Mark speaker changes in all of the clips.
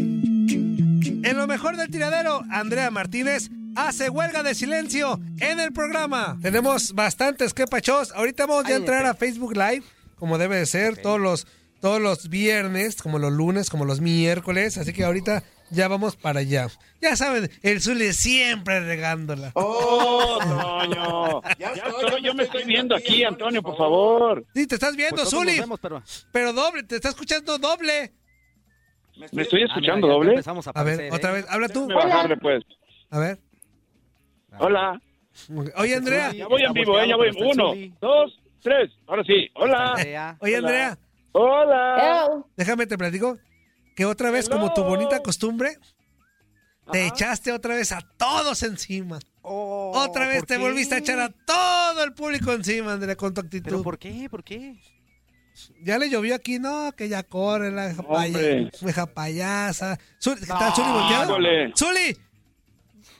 Speaker 1: En lo mejor del tiradero, Andrea Martínez hace huelga de silencio en el programa. Tenemos bastantes quepachos. Ahorita vamos ya a entrar a Facebook Live, como debe de ser, todos los todos los viernes, como los lunes, como los miércoles. Así que ahorita ya vamos para allá. Ya saben, el Zule siempre regándola.
Speaker 2: ¡Oh, Toño! Ya, estoy, yo me estoy viendo aquí, Antonio, por favor.
Speaker 1: Sí, te estás viendo,
Speaker 3: Pues todos
Speaker 1: Zuli,
Speaker 3: nos vemos, pero-
Speaker 1: pero doble, te está escuchando doble.
Speaker 2: ¿Me estoy
Speaker 3: Ah, mira,
Speaker 2: escuchando
Speaker 3: ya
Speaker 2: doble?
Speaker 3: empezamos
Speaker 1: A ver,
Speaker 3: aparecer,
Speaker 1: otra
Speaker 3: ¿eh?
Speaker 1: vez, habla tú.
Speaker 2: Déjame bajarle, pues.
Speaker 1: A ver.
Speaker 2: Hola.
Speaker 1: Oye, Andrea.
Speaker 2: Ya voy en
Speaker 3: Está
Speaker 2: vivo, eh, ya
Speaker 3: volteado,
Speaker 2: voy.
Speaker 3: pero está el
Speaker 2: Uno,
Speaker 3: Zuli.
Speaker 2: dos, tres. Ahora sí. Hola.
Speaker 3: Andrea.
Speaker 1: Oye, Andrea. Eh.
Speaker 2: Hola.
Speaker 1: Déjame te platico que otra vez, como tu
Speaker 2: Hello.
Speaker 1: bonita costumbre, te echaste otra vez a todos encima.
Speaker 3: Oh,
Speaker 1: otra vez
Speaker 3: ¿por
Speaker 1: te
Speaker 3: qué?
Speaker 1: volviste a echar a todo el público encima, Andrea, con tu
Speaker 3: ¿Pero
Speaker 1: actitud.
Speaker 3: por qué? ¿Por qué?
Speaker 1: Ya le llovió aquí, no, que ya corre la hija
Speaker 2: Hombre.
Speaker 1: paya- hija payasa. Zuli- ¿Qué tal,
Speaker 3: No,
Speaker 1: Zuli volteado?
Speaker 2: híjole.
Speaker 1: ¡Zuli!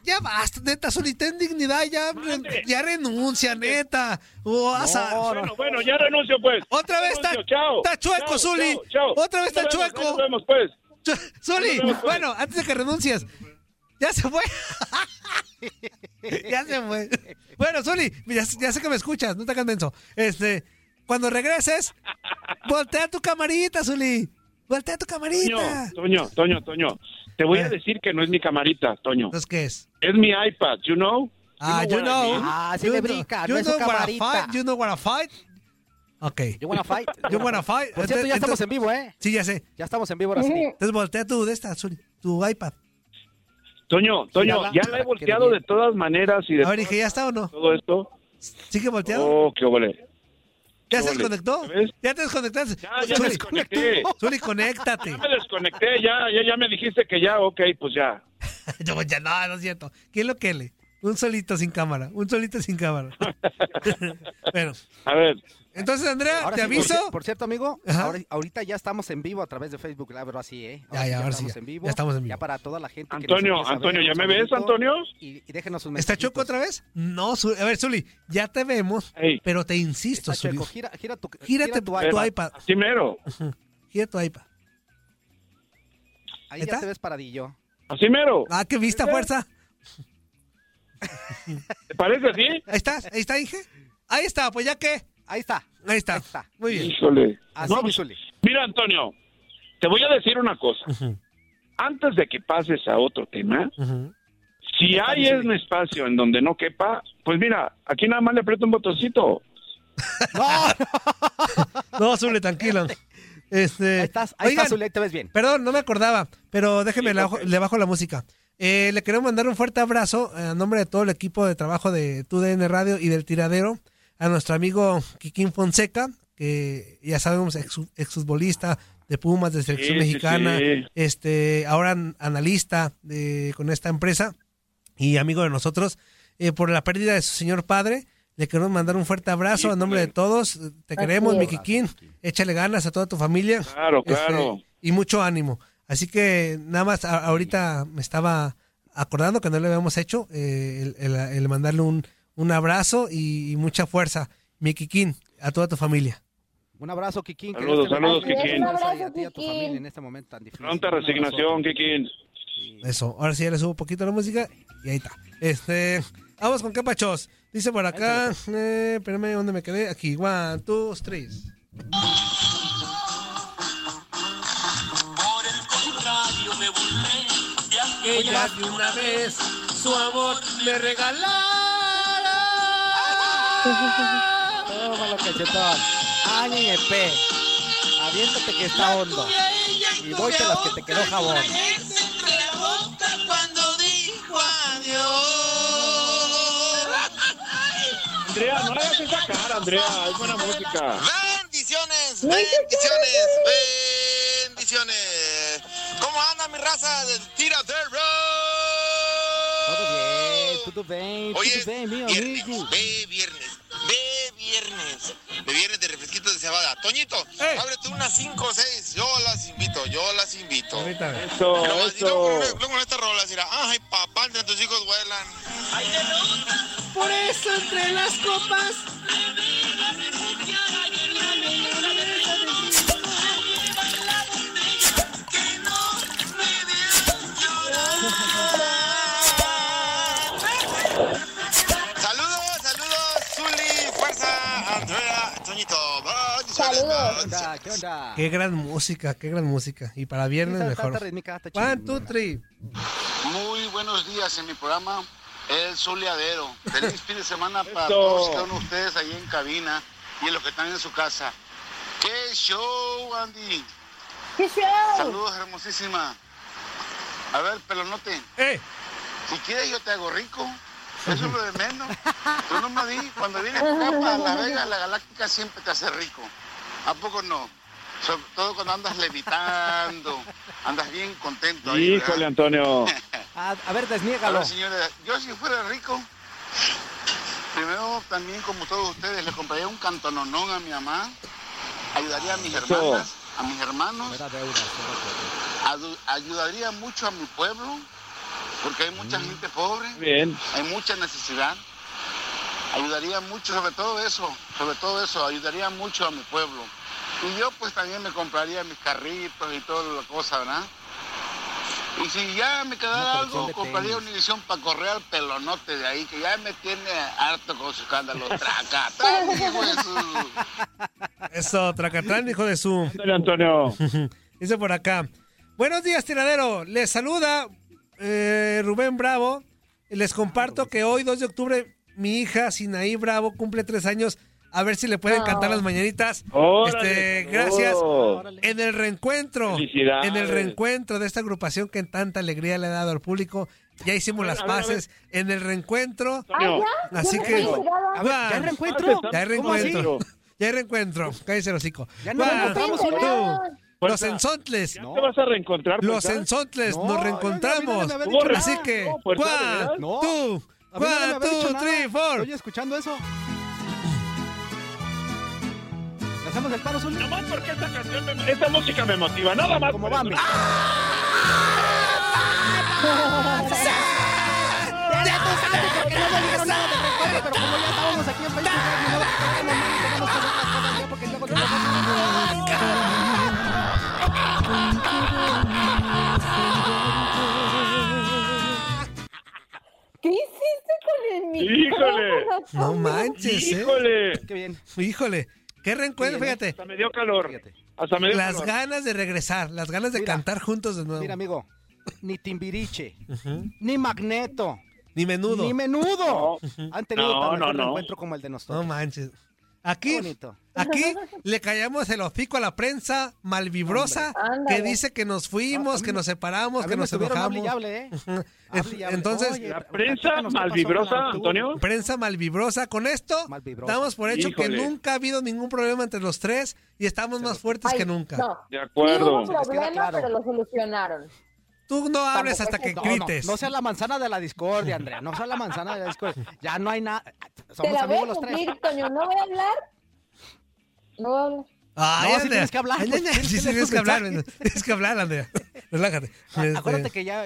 Speaker 1: Ya basta, neta, Zuli, ten dignidad, ya,
Speaker 2: Mande.
Speaker 1: ya renuncia, neta. O haz a-
Speaker 2: Bueno, bueno, ya renuncio, pues.
Speaker 1: Otra vez está-
Speaker 2: Renuncio, chao.
Speaker 1: está chueco,
Speaker 2: Chao,
Speaker 1: Zuli.
Speaker 2: chao, chao.
Speaker 1: Otra vez
Speaker 2: Ya
Speaker 1: está
Speaker 2: nos vemos,
Speaker 1: chueco.
Speaker 2: ya Nos vemos, pues.
Speaker 1: Zuli,
Speaker 2: Nos vemos, pues.
Speaker 1: bueno, antes de que renuncies, ya se fue. ya se fue. Bueno, Zuli, ya, ya sé que me escuchas, no te hagas menso. Este, cuando regreses, voltea tu camarita, Zuli. Voltea tu
Speaker 2: Toño,
Speaker 1: camarita.
Speaker 2: Toño, Toño, Toño. Te voy
Speaker 1: Eh.
Speaker 2: a decir que no es mi camarita, Toño.
Speaker 1: Entonces, ¿qué es?
Speaker 2: Es mi iPad, you know?
Speaker 1: Ah,
Speaker 2: know
Speaker 1: you
Speaker 2: what I
Speaker 1: know.
Speaker 2: mean?
Speaker 3: Ah, sí
Speaker 1: You
Speaker 3: le
Speaker 1: know-
Speaker 3: brinca,
Speaker 1: You
Speaker 3: no es
Speaker 1: know
Speaker 3: su
Speaker 1: what I
Speaker 3: camarita.
Speaker 1: fight, you know what I fight. Ok.
Speaker 3: Yo wanna fight.
Speaker 1: You wanna fight.
Speaker 3: Por cierto, ya
Speaker 1: Entonces-
Speaker 3: estamos en vivo, ¿eh?
Speaker 1: Sí, ya sé.
Speaker 3: Ya estamos en vivo ahora sí.
Speaker 1: Entonces voltea tu de esta, Zuli, tu iPad.
Speaker 2: Toño, Toño,
Speaker 3: habla.
Speaker 2: ya la he volteado de todas maneras y de
Speaker 1: A ver, dije, ¿ya está o no?
Speaker 2: todo esto.
Speaker 1: ¿Sigue volteado?
Speaker 2: Oh, qué vole.
Speaker 1: ¿Ya se
Speaker 2: Ole,
Speaker 1: desconectó?
Speaker 2: ¿ves?
Speaker 1: ¿Ya te desconectaste?
Speaker 2: Ya, ya
Speaker 1: Zuli,
Speaker 2: me desconecté.
Speaker 1: Zuli, conéctate.
Speaker 2: Ya me desconecté, ya, ya, ya me dijiste que ya, ok, pues ya.
Speaker 1: Yo, ya no, no es cierto. ¿Quién lo que le? Un solito sin cámara, un solito sin cámara. bueno,
Speaker 2: A ver,
Speaker 1: entonces, Andrea,
Speaker 3: Ahora
Speaker 1: te
Speaker 3: sí, por
Speaker 1: aviso.
Speaker 3: cier- Por cierto, amigo,
Speaker 1: Ajá.
Speaker 3: ahora- ahorita ya estamos en vivo a través de Facebook Live, ahora sí, ¿eh?
Speaker 1: Ya, ya, ahora sí,
Speaker 3: estamos
Speaker 1: ya.
Speaker 3: en vivo.
Speaker 1: Ya estamos en vivo.
Speaker 3: Ya para toda la gente que nos
Speaker 2: Antonio,
Speaker 3: empieza a
Speaker 2: Antonio,
Speaker 3: ver,
Speaker 2: ¿ya
Speaker 3: un
Speaker 2: me ves,
Speaker 3: saludito
Speaker 2: Antonio?
Speaker 3: Y, y déjenos un
Speaker 1: ¿Está Choco otra vez? No, Zu- a ver, Zuli, ya te vemos,
Speaker 2: Ey.
Speaker 1: pero te insisto, Zuli.
Speaker 3: gira, gira tu,
Speaker 1: Gírate
Speaker 3: gira tu
Speaker 1: tu,
Speaker 3: iPad.
Speaker 1: iPad.
Speaker 2: así mero,
Speaker 1: Gira tu iPad.
Speaker 3: Ahí
Speaker 1: ¿Está?
Speaker 3: ya te ves paradillo.
Speaker 2: así mero.
Speaker 1: Ah, qué vista, fuerza.
Speaker 2: ¿Te parece así?
Speaker 1: Ahí estás, ahí está, Inge. Ahí está, pues ya qué.
Speaker 3: Ahí está.
Speaker 1: Ahí está.
Speaker 3: Ahí está.
Speaker 1: Muy bien.
Speaker 2: Híjole.
Speaker 3: Así,
Speaker 2: No, pues,
Speaker 3: Zuli.
Speaker 2: mira, Antonio, te voy a decir una cosa. Antes de que pases a otro tema, si hay un espacio en donde no quepa, pues mira, aquí nada más le aprieto un botoncito.
Speaker 1: No, Zuli, tranquilo. Este,
Speaker 3: Ahí estás, ahí
Speaker 1: oigan,
Speaker 3: estás, Zuli, ahí te ves bien.
Speaker 1: Perdón, no me acordaba, pero déjeme,
Speaker 2: Sí,
Speaker 1: le,
Speaker 2: ok.
Speaker 1: bajo, le bajo la música. Eh, le queremos mandar un fuerte abrazo eh, a nombre de todo el equipo de trabajo de TUDN Radio y del Tiradero, a nuestro amigo Kikín Fonseca, que ya sabemos, ex- exfutbolista de Pumas, de selección
Speaker 2: Sí, sí,
Speaker 1: mexicana,
Speaker 2: sí.
Speaker 1: este ahora an- analista de- con esta empresa y amigo de nosotros, eh, por la pérdida de su señor padre. Le queremos mandar un fuerte abrazo a nombre de todos. Te queremos, Miki King. Échale ganas a toda tu familia.
Speaker 2: Claro, claro.
Speaker 1: Este, y mucho ánimo. Así que nada más, a- ahorita me estaba acordando que no le habíamos hecho eh, el, el- el mandarle un, un abrazo y, mucha fuerza, Miki King, a toda tu familia.
Speaker 3: Un abrazo, Kikín. que
Speaker 2: Saludos,
Speaker 3: Dios te
Speaker 2: saludos,
Speaker 3: bendiga.
Speaker 2: Kikín.
Speaker 3: Un abrazo y a ti y a tu
Speaker 4: Kikín.
Speaker 3: familia en este momento tan difícil.
Speaker 2: Pronta
Speaker 3: Un abrazo.
Speaker 2: resignación, Kikín.
Speaker 1: Eso, ahora sí ya le subo un poquito la música y ahí está. Este, vamos con capachos. Dice por acá,
Speaker 2: pues.
Speaker 1: eh, espérame, ¿dónde me quedé? Aquí, one, two, three. ella de una vez su amor me regalara.
Speaker 3: Tómalo, cachetón. Añepe. Aviéntate que está hondo. Y voy con las que te quedó jabón.
Speaker 2: Andrea, no le hagas esa cara, Andrea. Es buena música.
Speaker 5: Bendiciones, bendiciones, bendiciones. ¿Cómo anda mi raza del
Speaker 3: Todo bien,
Speaker 5: tiradero?
Speaker 3: todo bien,
Speaker 5: Oye,
Speaker 3: todo bien, mi
Speaker 5: viernes,
Speaker 3: amigo.
Speaker 5: ve viernes, ve viernes, ve viernes de refresquitos de cebada. Toñito,
Speaker 1: ¡Eh!
Speaker 5: ábrete unas 5 o 6, yo las invito, yo las invito.
Speaker 1: Ahorita,
Speaker 2: Eso,
Speaker 5: Pero más, y luego
Speaker 2: eso.
Speaker 5: con, luego con esta rola, dirá, ay papá, entre tus hijos vuelan.
Speaker 1: Por eso entre las copas.
Speaker 5: Saludos, saludos, Zuli, fuerza, Andrea, Toñito. bendiciones,
Speaker 4: Saludos.
Speaker 3: ¿Qué
Speaker 5: bendiciones.
Speaker 3: onda? ¿Qué onda?
Speaker 1: Qué gran música, qué gran música. Y para
Speaker 3: Sí,
Speaker 1: viernes
Speaker 3: sabes, está- está
Speaker 1: mejor.
Speaker 3: rítmica, está
Speaker 1: One,
Speaker 3: chingona.
Speaker 1: two, three.
Speaker 6: Muy buenos días en mi programa El Soleadero. Feliz fin de semana para
Speaker 2: Eso.
Speaker 6: todos y cada uno de ustedes ahí en cabina y en los que están en su casa. ¡Qué show, Andy!
Speaker 4: ¡Qué show!
Speaker 6: Saludos, hermosísima. A ver, pelonote,
Speaker 1: ¡Eh!
Speaker 6: si quieres yo te hago rico. Eso es lo de menos. Tú no me di, cuando vienes acá para La Vega, la Galáctica siempre te hace rico. ¿A poco no? Sobre todo cuando andas levitando, andas bien contento. ahí, ¿verdad?
Speaker 2: Híjole, Antonio.
Speaker 3: A, a ver,
Speaker 6: A
Speaker 3: desniégalo.
Speaker 6: ver, señora, yo si fuera rico, primero también como todos ustedes, le compraría un cantononón a mi mamá, ayudaría a mis hermanas, a mis hermanos,
Speaker 3: Fuera deudas, fuera deudas.
Speaker 6: adu- ayudaría mucho a mi pueblo, porque hay mucha gente pobre,
Speaker 2: Bien.
Speaker 6: hay mucha necesidad. Ayudaría mucho, sobre todo eso, sobre todo eso, ayudaría mucho a mi pueblo. Y yo pues también me compraría mis carritos y toda la cosa, ¿verdad? Y si ya me
Speaker 3: Una
Speaker 6: quedara
Speaker 3: colección
Speaker 6: algo,
Speaker 3: de
Speaker 6: compraría
Speaker 3: tenis.
Speaker 6: Univisión para correr al pelonote de ahí, que ya me tiene harto con su escándalo. Traca, tan hijo de su-
Speaker 1: Eso, Tracatrán, hijo de su.
Speaker 2: Ándale, Antonio.
Speaker 1: Dice por acá. Buenos días, tiradero. Les saluda eh, Rubén Bravo. Les comparto que hoy, 2 de octubre, mi hija Sinaí Bravo cumple tres años. A ver si le
Speaker 3: Ah.
Speaker 1: pueden cantar las mañanitas.
Speaker 2: Órale,
Speaker 1: Este, gracias.
Speaker 2: saludos.
Speaker 1: En el reencuentro.
Speaker 2: Felicidades.
Speaker 1: En el reencuentro de esta agrupación que tanta alegría le ha dado al público. Ya hicimos las
Speaker 2: A ver, Ah, a ver, a ver.
Speaker 1: paces. En el reencuentro.
Speaker 2: Antonio.
Speaker 1: Así
Speaker 4: Ah, ¿Ya
Speaker 1: que.
Speaker 4: no habéis llegado?
Speaker 3: A ver, ¿ya hay
Speaker 1: Juan,
Speaker 3: reencuentro?
Speaker 1: Ah. Ya hay
Speaker 3: ¿Cómo así?
Speaker 1: reencuentro. Ya hay reencuentro. Cállese el hocico.
Speaker 3: Ya no
Speaker 1: Juan,
Speaker 4: nos encontramos,
Speaker 1: tú,
Speaker 4: Juan.
Speaker 1: Los ensontles.
Speaker 2: ¿Ya te vas a reencontrar? pues, ah?
Speaker 1: Los
Speaker 2: Fuerza?
Speaker 1: ensontles
Speaker 3: No, yo- a mí
Speaker 1: nos
Speaker 3: no
Speaker 1: reencontramos.
Speaker 3: me había
Speaker 2: dicho nada.
Speaker 1: Así que,
Speaker 2: No, pues, ¿de
Speaker 1: Juan,
Speaker 2: verdad?
Speaker 3: No.
Speaker 1: tú,
Speaker 3: A mí no me había
Speaker 1: Juan,
Speaker 3: dicho
Speaker 1: Ah, two,
Speaker 3: nada.
Speaker 1: three, four.
Speaker 3: Estoy escuchando eso. ¿Le hacemos el paro, Zuli?
Speaker 2: Nomás porque esta canción, me- esta música me motiva, nada más. Ah,
Speaker 3: Como
Speaker 2: por eso.
Speaker 3: Bambi.
Speaker 1: ¡Ah!
Speaker 3: porque no me dijeron nada de reencuentro, pero como ya estábamos aquí en Facebook, ya no tenemos que hacer las cosas ya porque luego no nos-
Speaker 4: ¿Qué hiciste con el
Speaker 2: Híjole.
Speaker 4: micrófono?
Speaker 1: No manches, ¿eh?
Speaker 2: Híjole.
Speaker 3: Qué bien.
Speaker 1: Híjole. Qué reencuentro,
Speaker 3: Bien, ¿eh?
Speaker 1: fíjate.
Speaker 2: Hasta me dio calor.
Speaker 3: Fíjate.
Speaker 2: Hasta me dio
Speaker 1: Las
Speaker 2: calor.
Speaker 1: ganas de regresar, las ganas de
Speaker 3: Mira.
Speaker 1: cantar juntos de
Speaker 3: Mira,
Speaker 1: nuevo.
Speaker 3: amigo, ni Timbiriche, ni Magneto,
Speaker 1: Ni menudo.
Speaker 3: ni Menudo han tenido
Speaker 2: No,
Speaker 3: tan
Speaker 2: no,
Speaker 3: mejor
Speaker 2: no.
Speaker 3: encuentro como el de
Speaker 1: No
Speaker 3: nosotros.
Speaker 1: manches.
Speaker 3: Qué
Speaker 1: Aquí,
Speaker 3: bonito.
Speaker 1: aquí le callamos el hocico a la prensa malvibrosa
Speaker 4: Hombre,
Speaker 1: que
Speaker 4: ándale.
Speaker 1: dice que nos
Speaker 3: A-
Speaker 1: fuimos,
Speaker 3: a mí-
Speaker 1: que nos separamos,
Speaker 3: A
Speaker 1: que
Speaker 3: mí me
Speaker 1: nos
Speaker 3: estuvieron hable y
Speaker 1: enojamos.
Speaker 3: hable, ¿eh? Hable y hable.
Speaker 1: Entonces-
Speaker 3: Oye,
Speaker 2: La prensa
Speaker 3: platícanos qué pasó con
Speaker 2: malvibrosa,
Speaker 3: Arturo.
Speaker 2: Antonio.
Speaker 1: Prensa malvibrosa. Con esto
Speaker 3: Malvibrosa.
Speaker 1: damos por hecho que
Speaker 2: Híjole.
Speaker 1: nunca ha habido ningún problema entre los tres y estamos más fuertes
Speaker 4: Ay,
Speaker 1: que nunca.
Speaker 4: No.
Speaker 2: De
Speaker 4: Sí
Speaker 2: acuerdo.
Speaker 4: hubo problema,
Speaker 3: claro.
Speaker 4: pero lo solucionaron.
Speaker 1: Tú no hables hasta que
Speaker 7: No,
Speaker 1: grites.
Speaker 7: No, no seas la manzana de la discordia, Andrea. No seas la manzana de la discordia. Ya no hay nada.
Speaker 4: Te
Speaker 7: Somos
Speaker 4: la voy
Speaker 7: amigos
Speaker 4: a
Speaker 7: los tres.
Speaker 4: cumplir, Toño. No voy a hablar. No voy a hablar.
Speaker 1: Ay,
Speaker 7: No, sí
Speaker 1: Andrea.
Speaker 7: tienes que hablar,
Speaker 1: Ay,
Speaker 7: pues,
Speaker 1: nena,
Speaker 7: tienes
Speaker 1: sí,
Speaker 7: que
Speaker 1: sí
Speaker 7: leer
Speaker 1: tienes
Speaker 7: tus
Speaker 1: que hablar.
Speaker 7: mensajes.
Speaker 1: nena. Tienes que hablar, Andrea. Relájate.
Speaker 7: Ah, Acuérdate
Speaker 1: Este,
Speaker 7: que ya,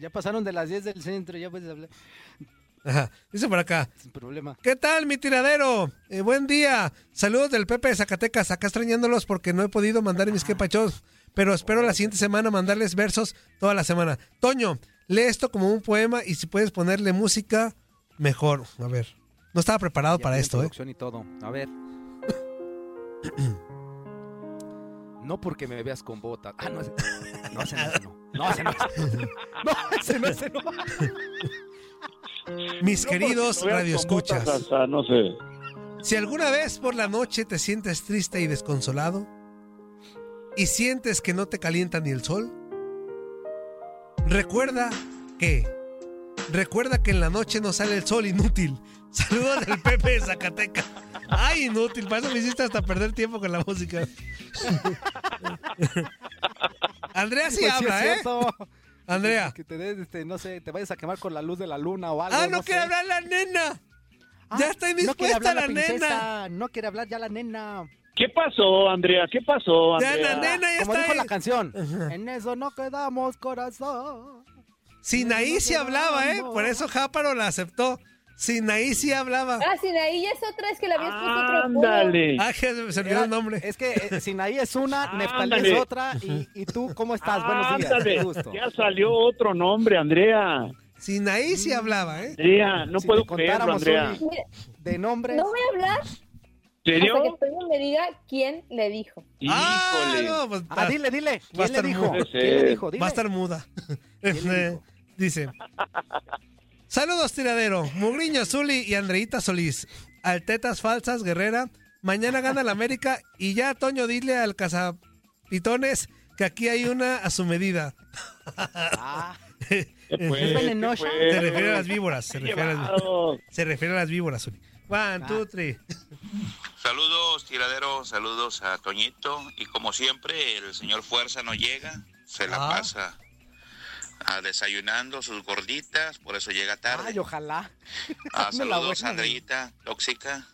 Speaker 7: ya pasaron de las 10 del centro. Ya puedes hablar
Speaker 1: ajá. Dice por acá.
Speaker 7: sin problema.
Speaker 1: ¿Qué tal, mi tiradero? Eh, buen día. Saludos del Pepe de Zacatecas. Acá extrañándolos porque no he podido mandar mis quepachos. Pero espero la siguiente semana mandarles versos toda la semana. Toño, lee esto como un poema y si puedes ponerle música, mejor. A ver. No estaba preparado
Speaker 7: Ya
Speaker 1: para
Speaker 7: tienen
Speaker 1: esto, ¿eh?
Speaker 7: producción y todo. A ver. No porque me veas con botas. Ah, no, ese no. Ese no, ese no. No, ese no. ese no. No, ese no, ese no.
Speaker 1: Mis queridos radioescuchas.
Speaker 2: Hasta, no sé.
Speaker 1: Si alguna vez por la noche te sientes triste y desconsolado y sientes que no te calienta ni el sol, recuerda que recuerda que en la noche no sale el sol inútil. Saludos del Pepe de Zacatecas. Ay, inútil, para eso me hiciste hasta perder tiempo con la música. Andrea sí
Speaker 7: Pues sí,
Speaker 1: habla,
Speaker 7: es
Speaker 1: ¿eh?
Speaker 7: cierto.
Speaker 1: Andrea.
Speaker 7: Que te des, este, no sé, te vayas a quemar con la luz de la luna o algo.
Speaker 1: Ah, no
Speaker 7: sé.
Speaker 1: quiere hablar la nena.
Speaker 7: Ah,
Speaker 1: Ya está
Speaker 7: no quiere
Speaker 1: indispuesta
Speaker 7: hablar
Speaker 1: la nena.
Speaker 7: princesa, No quiere hablar ya la nena.
Speaker 2: ¿Qué pasó, Andrea? ¿Qué pasó,
Speaker 1: Ya la
Speaker 2: Andrea?
Speaker 1: nena ya
Speaker 7: Como
Speaker 1: está.
Speaker 7: dijo la
Speaker 1: ahí.
Speaker 7: canción. En eso no quedamos, corazón.
Speaker 1: Sinaí sí hablaba, ¿eh? Por eso Jáparo la aceptó. Sinaí sí hablaba.
Speaker 4: Ah, sin ahí ya es otra, es que la habías puesto otro apodo.
Speaker 2: Ándale.
Speaker 1: Ah, que se olvidó
Speaker 7: Era-
Speaker 1: el nombre.
Speaker 7: Es que eh, Sinaí es una, Neftalí es
Speaker 2: Ándale.
Speaker 7: otra. Y, y tú, ¿cómo
Speaker 1: Ah,
Speaker 7: estás? Buenos días.
Speaker 2: Ándale.
Speaker 7: qué gusto.
Speaker 2: Ya salió otro nombre, Andrea.
Speaker 1: Sinaí
Speaker 7: Mm.
Speaker 1: sí hablaba, ¿eh?
Speaker 2: Andrea, no
Speaker 7: Si
Speaker 2: puedo
Speaker 7: te
Speaker 2: creerlo,
Speaker 7: contáramos
Speaker 2: Andrea.
Speaker 7: un-
Speaker 4: Mira,
Speaker 7: De nombres.
Speaker 4: no voy a hablar
Speaker 2: ¿En serio?
Speaker 4: hasta que Toño me diga quién le dijo.
Speaker 1: Ah,
Speaker 2: Híjole.
Speaker 1: no, pues,
Speaker 7: Ah, dile, dile.
Speaker 1: Va a
Speaker 7: ¿Quién le
Speaker 1: estar
Speaker 7: dijo?
Speaker 1: muy-
Speaker 7: ¿Quién le dijo? Dile.
Speaker 1: va a estar muda. Este,
Speaker 7: le dijo?
Speaker 1: Dice. Saludos, tiradero. Mugriño Zuli y Andreita Solís. Altetas falsas, guerrera. Mañana gana la América y ya, Toño, dile al cazapitones que aquí hay una a su medida.
Speaker 7: Ah,
Speaker 2: ¿Qué fue?
Speaker 7: ¿Es venenosa?
Speaker 2: ¿Qué
Speaker 1: Se
Speaker 2: fue?
Speaker 1: refiere a las víboras. Se refiere a las víboras.
Speaker 2: Llevado.
Speaker 1: Se refiere a las víboras, Zuli. One, two, three.
Speaker 8: Saludos, tiradero, saludos a Toñito. Y como siempre, el señor Fuerza no llega, se la
Speaker 1: Ah.
Speaker 8: pasa a desayunando sus gorditas, por eso llega tarde.
Speaker 7: ay, ojalá.
Speaker 8: Ah,
Speaker 7: No la
Speaker 8: saludos,
Speaker 7: buena.
Speaker 8: Andreita, tóxica,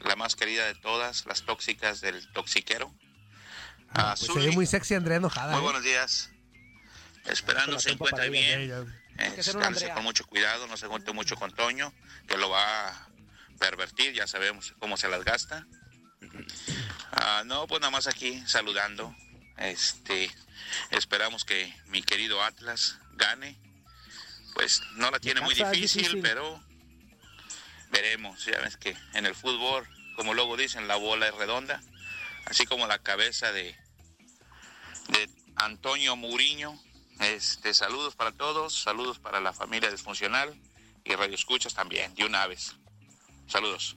Speaker 8: la más querida de todas, las tóxicas del toxiquero. A
Speaker 1: Pues se
Speaker 8: Zuli,
Speaker 1: ve muy
Speaker 8: muy,
Speaker 1: sexy Andrea enojada. ¿eh?
Speaker 8: buenos días. Esperando se encuentre bien. Eh,
Speaker 7: que ser una
Speaker 8: escándese
Speaker 7: Andrea.
Speaker 8: con mucho cuidado, no se junte mucho con Toño, que lo va a pervertir, ya sabemos cómo se las gasta. Ah, no, pues nada más aquí saludando. Este, esperamos que mi querido Atlas gane. Pues no la tiene muy
Speaker 7: casa es
Speaker 8: difícil,
Speaker 7: difícil.
Speaker 8: pero veremos. Ya ves que en el fútbol, como luego dicen, la bola es redonda, así como la cabeza de, de Antonio Muriño. Este, saludos para todos, saludos para la familia disfuncional y Radio Escuchas también, de una vez. Saludos.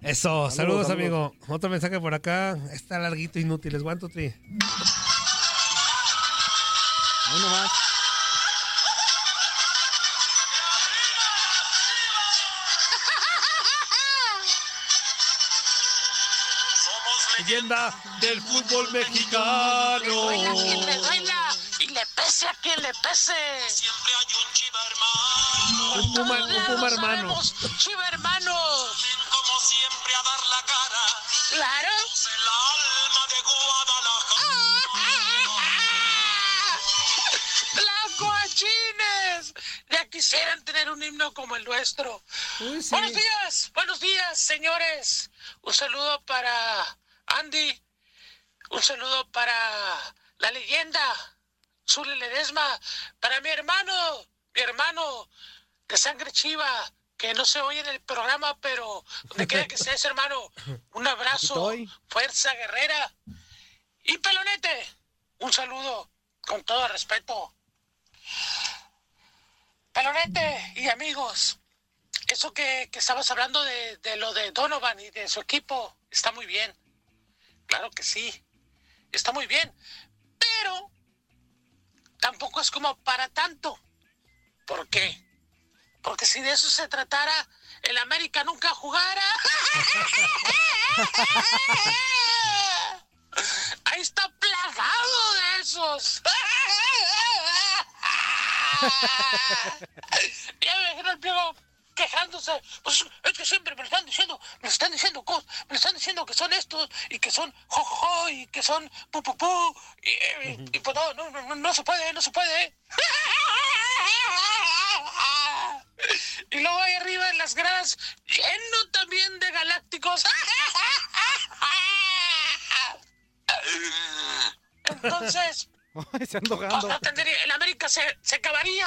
Speaker 1: Eso, saludos,
Speaker 7: Saludos, saludos.
Speaker 1: amigo. Otro mensaje por acá. Está larguito, inútil. Es one, two, three.
Speaker 7: Ahí nomás.
Speaker 1: Leyenda del fútbol mexicano.
Speaker 3: duela y le pese a quien le pese.
Speaker 9: Siempre hay un chiva hermano.
Speaker 1: Un puma, un puma hermano.
Speaker 3: Chiva hermano,
Speaker 9: Como siempre a dar la cara.
Speaker 3: claro.
Speaker 9: El alma de Guadalajara.
Speaker 3: ¡Las guachines! Ya quisieran tener un himno como el nuestro.
Speaker 1: Uy, sí.
Speaker 3: Buenos días, buenos días, señores. Un saludo para Andy. Un saludo para la leyenda, Zuli Ledesma. Para mi hermano, mi hermano de sangre chiva, que no se oye en el programa, pero donde quiera que estés, hermano, un abrazo,
Speaker 7: Aquí estoy.
Speaker 3: fuerza guerrera. Y pelonete, un saludo con todo respeto Calorete y amigos, eso que, que estabas hablando de, de lo de Donovan y de su equipo está muy bien. Claro que sí, está muy bien. Pero tampoco es como para tanto. ¿Por qué? Porque si de eso se tratara, el América nunca jugara. Ahí está plagado de esos. ya me imagino el pliego quejándose. Pues, es que siempre me lo están diciendo, me lo están diciendo cosas, me lo están diciendo que son estos y que son jojojo y que son pu pu pu. Y, y- y pues no, no, no, no, no se puede, no se puede. Y luego ahí arriba en las gradas, lleno también de galácticos. Entonces,
Speaker 7: Ay, se ando ahogando.
Speaker 3: no tendría- el América se, se acabaría.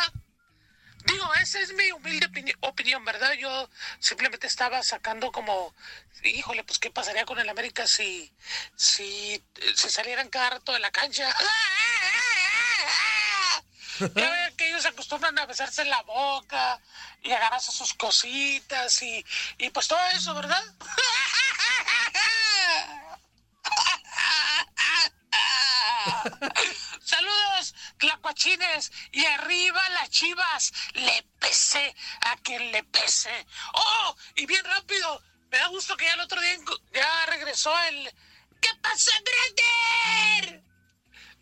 Speaker 3: Digo, esa es mi humilde opini- opinión, ¿verdad? Yo simplemente estaba sacando como, híjole, pues qué pasaría con el América si, si eh, se salieran cada rato de la cancha. Ya ven que ellos se acostumbran a besarse en la boca y agarrarse sus cositas y, y pues todo eso, ¿verdad? Saludos, tlacuachines, y arriba las chivas, le pese a quien le pese. ¡Oh! Y bien rápido, me da gusto que ya el otro día enco- ya regresó el... ¿Qué pasa, Brander?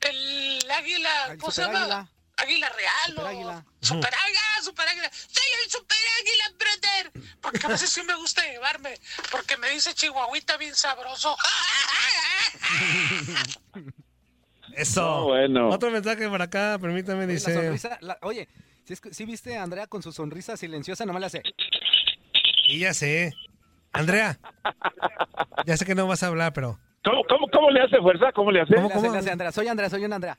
Speaker 3: El águila, ¿cómo se
Speaker 7: super
Speaker 3: llama?
Speaker 7: águila.
Speaker 3: Águila, real
Speaker 7: Super
Speaker 3: o...
Speaker 7: águila.
Speaker 3: Super águila, super águila. Soy el super águila, brother. Porque a veces sí me gusta llevarme, porque me dice chihuahuita bien sabroso.
Speaker 1: Eso.
Speaker 2: No, bueno.
Speaker 1: Otro mensaje para acá, permítame,
Speaker 7: Oye, La
Speaker 1: dice.
Speaker 7: sonrisa, la- oye, si, es que- si viste a Andrea con su sonrisa silenciosa, nomás le hace.
Speaker 1: Y ya sé. Andrea. ya sé que no vas a hablar, pero.
Speaker 2: ¿Cómo, cómo, cómo le hace fuerza? ¿Cómo le hace?
Speaker 1: ¿Cómo,
Speaker 7: le hace-
Speaker 1: cómo?
Speaker 7: le hace Andrea, soy Andrea, soy una Andrea.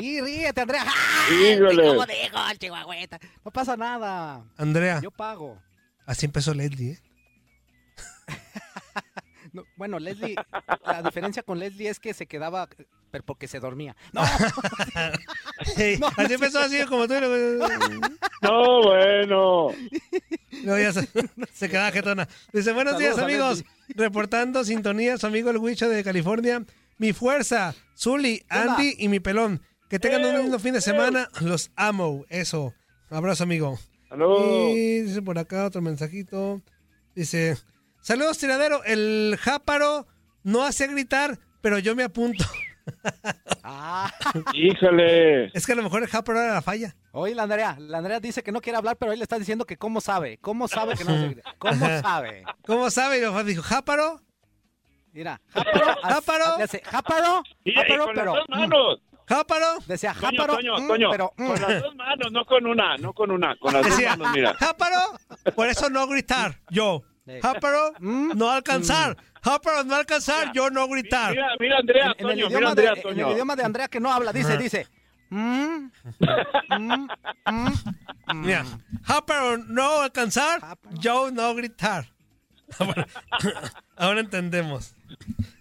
Speaker 7: sí, ríete, Andrea. ¡Ay,
Speaker 2: Híjole.
Speaker 7: ¿Cómo dijo el chihuahueta? No pasa nada.
Speaker 1: Andrea,
Speaker 7: Yo pago.
Speaker 1: así empezó Leslie, ¿eh?
Speaker 7: No, bueno, Leslie, la diferencia con Leslie es que se quedaba, pero porque se dormía. No,
Speaker 1: Sí, ¿eh? así empezó así como tú. No,
Speaker 2: No, bueno.
Speaker 1: ya se, se quedaba jetona. Dice, buenos
Speaker 7: Saludos
Speaker 1: días,
Speaker 7: a
Speaker 1: amigos.
Speaker 7: Leslie.
Speaker 1: Reportando sintonía, su amigo el Huicho de California. Mi fuerza, Zully, Andy y mi pelón. Que tengan un lindo fin de semana. Los amo. Eso. Un abrazo, amigo.
Speaker 2: Aló.
Speaker 1: Y dice por acá otro mensajito. Dice, saludos tiradero, el jáparo no hace gritar, pero yo me apunto.
Speaker 7: Ah,
Speaker 2: Híjole.
Speaker 1: Es que a lo mejor el jáparo era la falla.
Speaker 7: oye, la Andrea, la Andrea dice que no quiere hablar, pero ahí le está diciendo que cómo sabe, cómo sabe que no se cómo sabe.
Speaker 1: ¿Cómo sabe? Y lo dijo, jáparo.
Speaker 7: Mira, jáparo, as-
Speaker 1: Jáparo.
Speaker 7: le hace, jáparo,
Speaker 2: Y, y
Speaker 7: jáparo,
Speaker 2: con
Speaker 7: pero
Speaker 2: las dos
Speaker 7: mm,
Speaker 2: manos.
Speaker 1: Jáparo.
Speaker 7: decía
Speaker 2: Toño,
Speaker 7: jáparo,
Speaker 2: Toño,
Speaker 7: mm,
Speaker 2: Toño.
Speaker 7: pero mm.
Speaker 2: Con las dos manos, no con una, no con una. Con las dos
Speaker 1: Decía,
Speaker 2: manos, mira.
Speaker 1: jáparo. Por eso no gritar, yo.
Speaker 7: Sí.
Speaker 1: Jáparo,
Speaker 7: Mm.
Speaker 1: no alcanzar. Jáparo, no alcanzar, yo no gritar.
Speaker 2: Mira, mira, Andrea,
Speaker 7: en, en el
Speaker 2: Toño, mira,
Speaker 7: idioma
Speaker 2: Andrea,
Speaker 7: de, en el
Speaker 2: Toño.
Speaker 7: idioma de Andrea que no habla, dice, dice. mm, mm, mm, mm.
Speaker 1: Mira, jáparo, no alcanzar,
Speaker 7: Jáparo.
Speaker 1: yo no gritar. Ahora, ahora entendemos.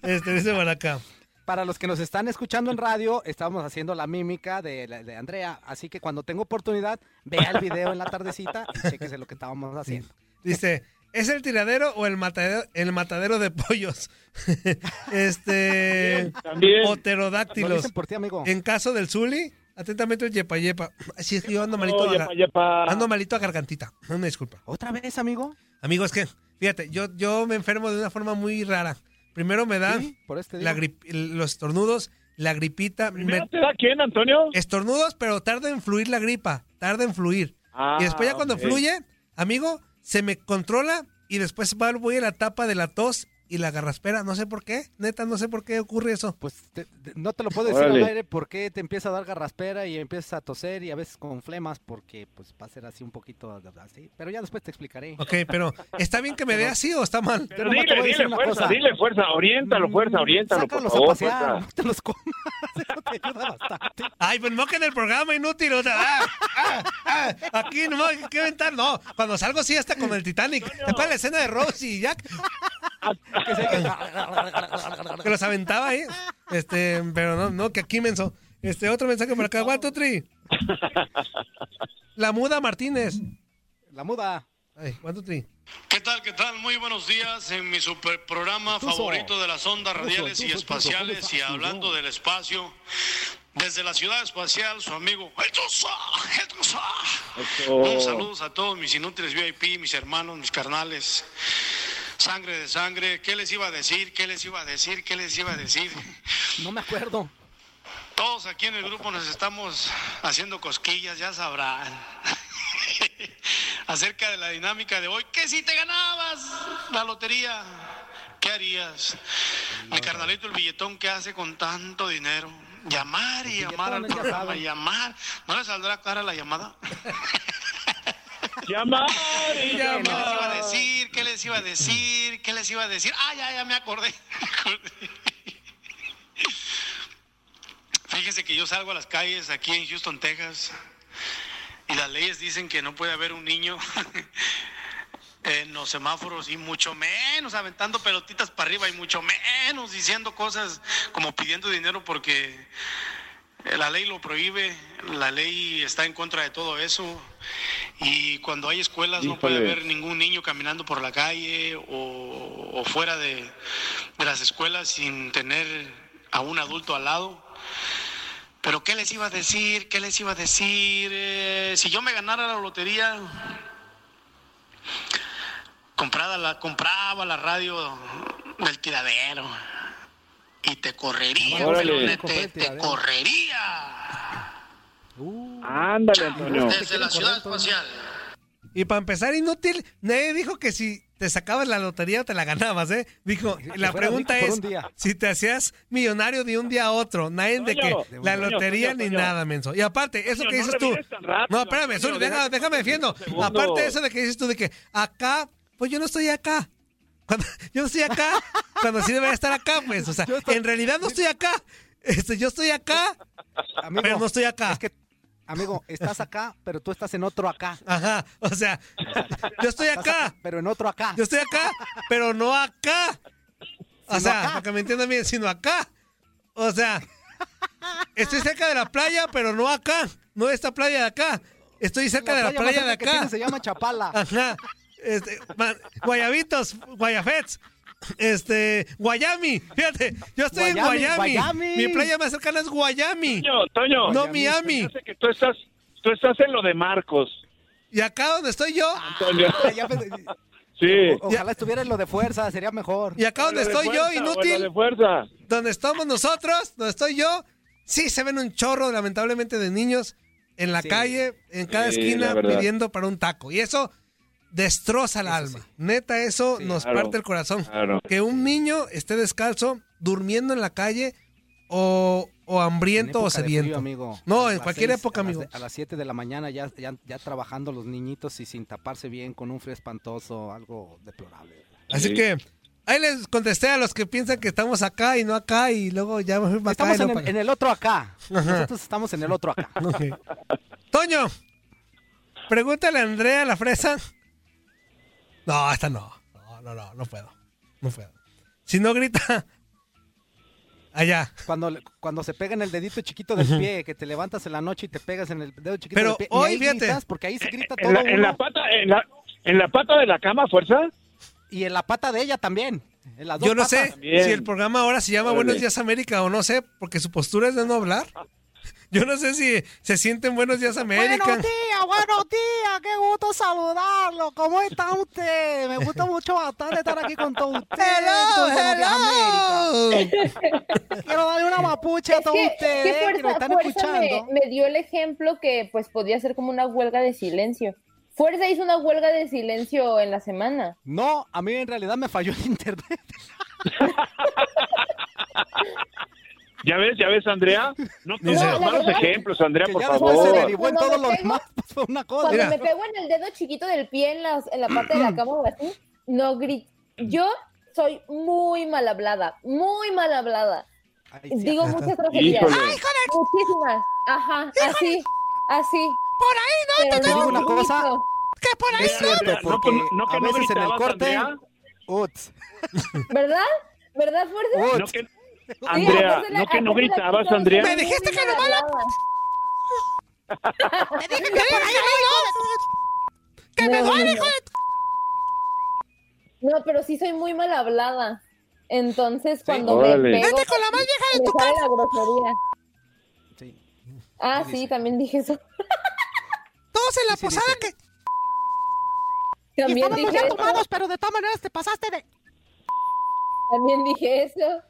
Speaker 1: Este, dice por acá.
Speaker 7: Para los que nos están escuchando en radio, estamos haciendo la mímica de, la- de Andrea, así que cuando tenga oportunidad, vea el video en la tardecita y chéquese lo que estábamos haciendo.
Speaker 1: Dice, ¿es el tiradero o el matadero, el matadero de pollos? este.
Speaker 2: También.
Speaker 7: Lo
Speaker 1: Pterodáctilos.
Speaker 7: dicen por ti, amigo.
Speaker 1: En caso del Zuli, atentamente el yepa yepa. Así es que yo ando malito,
Speaker 2: Oh,
Speaker 1: a gar-
Speaker 2: yepa, yepa.
Speaker 1: ando malito a gargantita. Una disculpa.
Speaker 7: ¿Otra vez, amigo?
Speaker 1: Amigo, es que, fíjate, yo, yo me enfermo de una forma muy rara. Primero me dan
Speaker 7: Sí, por este
Speaker 1: la grip- los estornudos, la gripita.
Speaker 2: Primero
Speaker 1: me-
Speaker 2: te da quién, Antonio?
Speaker 1: estornudos, pero tarda en fluir la gripa. Tarda en fluir.
Speaker 2: Ah,
Speaker 7: Eh,
Speaker 1: y después ya cuando
Speaker 2: ok.
Speaker 1: fluye, amigo, se me controla y después va- voy a la tapa de la tos y la garraspera. No sé por qué, neta, no sé por qué ocurre eso.
Speaker 7: Pues te- te- no te lo puedo decir
Speaker 2: Órale.
Speaker 7: al aire porque te empieza a dar garraspera y empiezas a toser y a veces con flemas porque pues va a ser así un poquito de- así. Pero ya después te explicaré.
Speaker 1: Ok, pero ¿está bien que me dé así o está mal?
Speaker 2: Pero
Speaker 7: nomás te
Speaker 2: dile,
Speaker 7: voy a decir
Speaker 2: dile
Speaker 7: una
Speaker 2: fuerza,
Speaker 7: cosa.
Speaker 2: dile fuerza, oriéntalo, fuerza,
Speaker 7: Mm,
Speaker 2: oriéntalo, por
Speaker 7: Sácalos
Speaker 2: favor,
Speaker 7: a pasear,
Speaker 2: fuerza.
Speaker 7: no te los comas. Eso te ayuda bastante.
Speaker 1: Ay, pues no que en el programa inútil. O sea, ah, ah, ah, aquí no hay que inventar. No, cuando salgo sí hasta como el Titanic. ¿Te acuerdas la escena de Rose y Jack?
Speaker 7: Que se-
Speaker 1: Que los aventaba ahí. Este, pero no, no, que aquí menso. Este, otro mensaje por acá. One, two, three. La muda Martínez.
Speaker 7: La muda.
Speaker 1: Ay, one, two, three.
Speaker 10: ¿Qué tal? ¿Qué tal? Muy buenos días en mi super programa
Speaker 1: Tuzo.
Speaker 10: favorito de las ondas
Speaker 1: Tuzo,
Speaker 10: radiales y
Speaker 1: tuzo, tuzo,
Speaker 10: espaciales
Speaker 1: tuzo,
Speaker 10: y
Speaker 1: tuzo.
Speaker 10: hablando del espacio. Desde la ciudad espacial, su amigo El Tuzo, El Tuzo. Un saludos a todos mis inútiles VIP, mis hermanos, mis carnales. Sangre de sangre, ¿qué les iba a decir? ¿Qué les iba a decir? ¿Qué les iba a decir?
Speaker 7: No me acuerdo.
Speaker 10: Todos aquí en el grupo nos estamos haciendo cosquillas, ya sabrán. Acerca de la dinámica de hoy, que si te ganabas la lotería, ¿qué harías? Mi carnalito, el billetón, ¿qué hace con tanto dinero? Llamar y llamar al
Speaker 7: billetones, ya
Speaker 10: programa,
Speaker 7: saben.
Speaker 10: llamar. ¿No le saldrá cara la llamada?
Speaker 2: Llamar y
Speaker 10: ¿Qué les
Speaker 2: llamar.
Speaker 10: iba a decir? ¿Qué les iba a decir? ¿Qué les iba a decir? Ah, ya, ya me acordé. Fíjese que yo salgo a las calles aquí en Houston, Texas, y las leyes dicen que no puede haber un niño en los semáforos y mucho menos aventando pelotitas para arriba y mucho menos diciendo cosas como pidiendo dinero porque eh, la ley lo prohíbe, la ley está en contra de todo eso y cuando hay escuelas no puede
Speaker 2: Híjole.
Speaker 10: haber ningún niño caminando por la calle o, o fuera de, de las escuelas sin tener a un adulto al lado. Pero ¿qué les iba a decir? ¿Qué les iba a decir? Eh, si yo me ganara la lotería, comprada la, compraba la radio del tiradero. Y te correría,
Speaker 2: Órale.
Speaker 10: pelonete, te correría.
Speaker 7: Uh,
Speaker 2: Ah, Ándale, Antonio.
Speaker 10: Desde la ciudad espacial.
Speaker 1: Y para empezar, inútil, nadie dijo que si te sacabas la lotería te la ganabas, ¿eh? Dijo, la
Speaker 7: fuera
Speaker 1: pregunta
Speaker 7: rico por
Speaker 1: es
Speaker 7: un día.
Speaker 1: si te hacías millonario de un día a otro. Nadie de que
Speaker 2: Toño,
Speaker 1: la
Speaker 2: Toño,
Speaker 1: lotería
Speaker 2: Toño,
Speaker 1: ni
Speaker 2: Toño.
Speaker 1: nada, menso. Y aparte, eso
Speaker 2: Toño,
Speaker 1: que
Speaker 2: no
Speaker 1: dices tú...
Speaker 2: revires tan rápido,
Speaker 1: No, espérame,
Speaker 2: Toño,
Speaker 1: Zuli,
Speaker 2: deja-
Speaker 1: deja- déjame defiendo.
Speaker 2: segundo.
Speaker 1: Aparte de eso de que dices tú de que acá, pues yo no estoy acá. Cuando- yo no estoy acá cuando sí debería estar acá, pues. O sea, en realidad no estoy acá. Este, yo estoy acá,
Speaker 7: Amigo,
Speaker 1: pero no estoy acá.
Speaker 7: es que, amigo, estás acá, pero tú estás en otro acá.
Speaker 1: Ajá, o sea, yo estoy
Speaker 7: Estás
Speaker 1: acá.
Speaker 7: pero en otro acá.
Speaker 1: Yo estoy acá, pero no acá. O
Speaker 7: Sino
Speaker 1: sea,
Speaker 7: acá.
Speaker 1: para que me entiendan bien, sino acá. O sea, estoy cerca de la playa, pero no acá. No esta playa de acá. Estoy cerca de la
Speaker 7: más
Speaker 1: playa de
Speaker 7: cerca que
Speaker 1: acá.
Speaker 7: tienes se llama Chapala.
Speaker 1: Ajá. Este, ma- guayabitos, guayafets. Este, Guayami, fíjate, yo estoy
Speaker 7: Guayami,
Speaker 1: en Guayami.
Speaker 7: Guayami.
Speaker 1: Mi playa más cercana es Guayami,
Speaker 2: Toño, Toño.
Speaker 1: no Miami.
Speaker 2: Yo sé que tú estás, tú estás en lo de Marcos,
Speaker 1: Y acá donde estoy yo,
Speaker 2: Antonio.
Speaker 7: Ya pensé-
Speaker 2: Sí.
Speaker 7: o- ojalá estuviera en lo de fuerza, sería mejor.
Speaker 1: y acá donde
Speaker 2: Lo de
Speaker 1: estoy yo,
Speaker 2: fuerza, o lo
Speaker 1: inútil,
Speaker 2: de fuerza.
Speaker 1: donde estamos nosotros, donde estoy yo, sí se ven un chorro, lamentablemente, de niños en la
Speaker 7: Sí.
Speaker 1: calle, en cada
Speaker 2: Sí,
Speaker 1: esquina,
Speaker 2: la verdad.
Speaker 1: pidiendo para un taco. Y eso destroza el
Speaker 7: Eso
Speaker 1: alma. Neta, eso
Speaker 7: Sí.
Speaker 1: nos
Speaker 2: Claro. Ah,
Speaker 1: parte el corazón.
Speaker 2: Claro.
Speaker 1: Que un niño esté descalzo, durmiendo en la calle, o, o hambriento o
Speaker 7: época de frío,
Speaker 1: sediento.
Speaker 7: amigo.
Speaker 1: No,
Speaker 7: A
Speaker 1: en
Speaker 7: las
Speaker 1: cualquier
Speaker 7: seis-
Speaker 1: época,
Speaker 7: a las-
Speaker 1: amigo.
Speaker 7: A las 7 de la mañana ya, ya, ya trabajando los niñitos y sin taparse bien, con un frío espantoso, algo deplorable.
Speaker 1: Así
Speaker 2: Sí.
Speaker 1: que ahí les contesté a los que piensan que estamos acá y no acá, y luego ya me fui para acá.
Speaker 7: Estamos
Speaker 1: y luego
Speaker 7: en el,
Speaker 1: para
Speaker 7: en el otro acá. Nosotros estamos en el otro acá.
Speaker 1: acá. Ok. Toño, pregúntale a Andrea la fresa. No, esta no. No, no, no, no puedo. No puedo. Si no grita. Allá.
Speaker 7: Cuando, le- cuando se pega en el dedito chiquito del pie, que te levantas en la noche y te pegas en el dedo chiquito
Speaker 1: Pero
Speaker 7: del pie. y
Speaker 1: hoy,
Speaker 7: ahí
Speaker 1: fíjate.
Speaker 7: gritas, porque ahí se grita todo
Speaker 2: En la, en
Speaker 7: uno.
Speaker 2: la pata, en la, en la pata de la cama, fuerza.
Speaker 7: Y en la pata de ella también. En las dos
Speaker 1: Yo no sé
Speaker 7: patas.
Speaker 2: Bien.
Speaker 1: si el programa ahora se llama
Speaker 2: Órale.
Speaker 1: Buenos Días América o no sé, porque su postura es de no hablar. Yo no sé si se sienten Buenos Días América.
Speaker 7: Buenos días, buenos días, qué gusto saludarlo. ¿Cómo está usted? Me gusta mucho bastante estar aquí con todos ustedes. con Buenos Días América. Quiero darle una mapuche a
Speaker 4: Es
Speaker 7: todos
Speaker 4: que,
Speaker 7: ustedes
Speaker 4: que
Speaker 7: que, me
Speaker 4: fuerza,
Speaker 7: están
Speaker 4: fuerza me,
Speaker 7: escuchando.
Speaker 4: me dio el ejemplo que pues podía ser como una huelga de silencio. Fuerza hizo una huelga de silencio en la semana.
Speaker 7: No, a mí en realidad me falló el internet.
Speaker 2: Ya ves, ya ves, Andrea. No
Speaker 1: Dice-
Speaker 2: pongas malos
Speaker 4: No, la verdad-
Speaker 2: ejemplos, Andrea,
Speaker 7: que
Speaker 2: por
Speaker 7: ya después se
Speaker 2: favor.
Speaker 7: derivó en
Speaker 4: Cuando
Speaker 7: todo
Speaker 4: me
Speaker 7: lo
Speaker 4: pego-
Speaker 7: demás. pues, fue una cosa.
Speaker 4: Cuando
Speaker 1: Mira.
Speaker 4: me pego en el dedo chiquito del pie en, las, en la parte de la cama o así, no grito. Yo soy muy mal hablada, muy mal hablada.
Speaker 7: Ay, sí,
Speaker 4: Digo muchas groserías.
Speaker 2: Híjole.
Speaker 4: Muchísimas. Ajá, así, así. Por ahí no
Speaker 7: te digo una cosa. es
Speaker 2: Andrea,
Speaker 7: cierto,
Speaker 2: no,
Speaker 7: porque
Speaker 2: no, que
Speaker 7: a
Speaker 2: no
Speaker 7: veces en el
Speaker 2: gritabas,
Speaker 7: corte...
Speaker 2: Andrea.
Speaker 7: Uts,
Speaker 4: ¿Verdad? ¿Verdad, Fuerza?
Speaker 7: uts.
Speaker 2: No que, Andrea, ¿no que no gritabas, Andrea?
Speaker 7: Me dijiste que nomás la... Me dijiste que por ahí
Speaker 4: ¡Que
Speaker 7: me duele, hijo
Speaker 4: de No, pero sí soy muy mal hablada. Entonces, cuando
Speaker 2: Órale.
Speaker 4: me pego...
Speaker 7: Vete con la más vieja de
Speaker 4: me
Speaker 7: tu
Speaker 4: sale
Speaker 7: casa.
Speaker 4: la grosería. Ah, sí, también dije eso.
Speaker 7: Todos en la posada que... Y
Speaker 4: También
Speaker 7: estábamos
Speaker 4: dije
Speaker 7: ya
Speaker 4: eso.
Speaker 7: tomados, pero de todas maneras te pasaste de...
Speaker 4: También dije eso.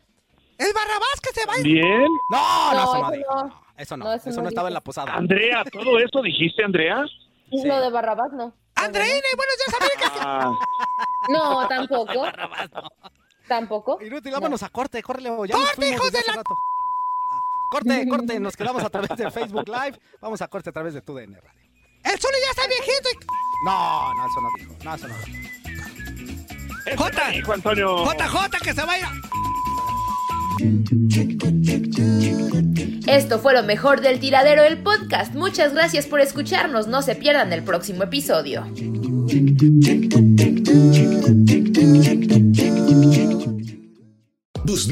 Speaker 7: ¡El Barrabás que se va!
Speaker 2: ¿Bien?
Speaker 11: No, no, eso no
Speaker 4: eso
Speaker 11: dijo.
Speaker 4: no.
Speaker 11: Eso no,
Speaker 4: No, eso
Speaker 11: eso
Speaker 4: no
Speaker 11: no estaba
Speaker 4: dije.
Speaker 11: en la posada.
Speaker 2: Andrea, ¿todo eso dijiste, Andrea?
Speaker 4: Lo de Barrabás no.
Speaker 7: ¡Andreina, y buenos días, América!
Speaker 2: Ah,
Speaker 4: No, tampoco. Tampoco.
Speaker 11: Inútil, vámonos a corte, córrele. Ya
Speaker 7: ¡Corte,
Speaker 11: nos fuimos
Speaker 7: hijos
Speaker 11: desde
Speaker 7: de
Speaker 11: hace
Speaker 7: la- Ah,
Speaker 11: rato. Corte, corte, nos quedamos a través de Facebook Live. Vamos a corte a través de TUDN Radio.
Speaker 7: ¡El Zuli ya está viejito y...
Speaker 11: No, no, eso no dijo. No, eso no dijo.
Speaker 1: Jota,
Speaker 2: hijo Antonio.
Speaker 1: JJ, que se va a ir. a-
Speaker 12: Esto fue lo mejor del tiradero del podcast. Muchas gracias por escucharnos. No se pierdan el próximo episodio.
Speaker 13: Boost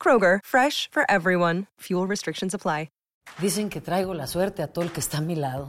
Speaker 14: Kroger, fresh for everyone. Fuel restrictions apply.
Speaker 15: Dicen que traigo la suerte a todo el que está a mi lado.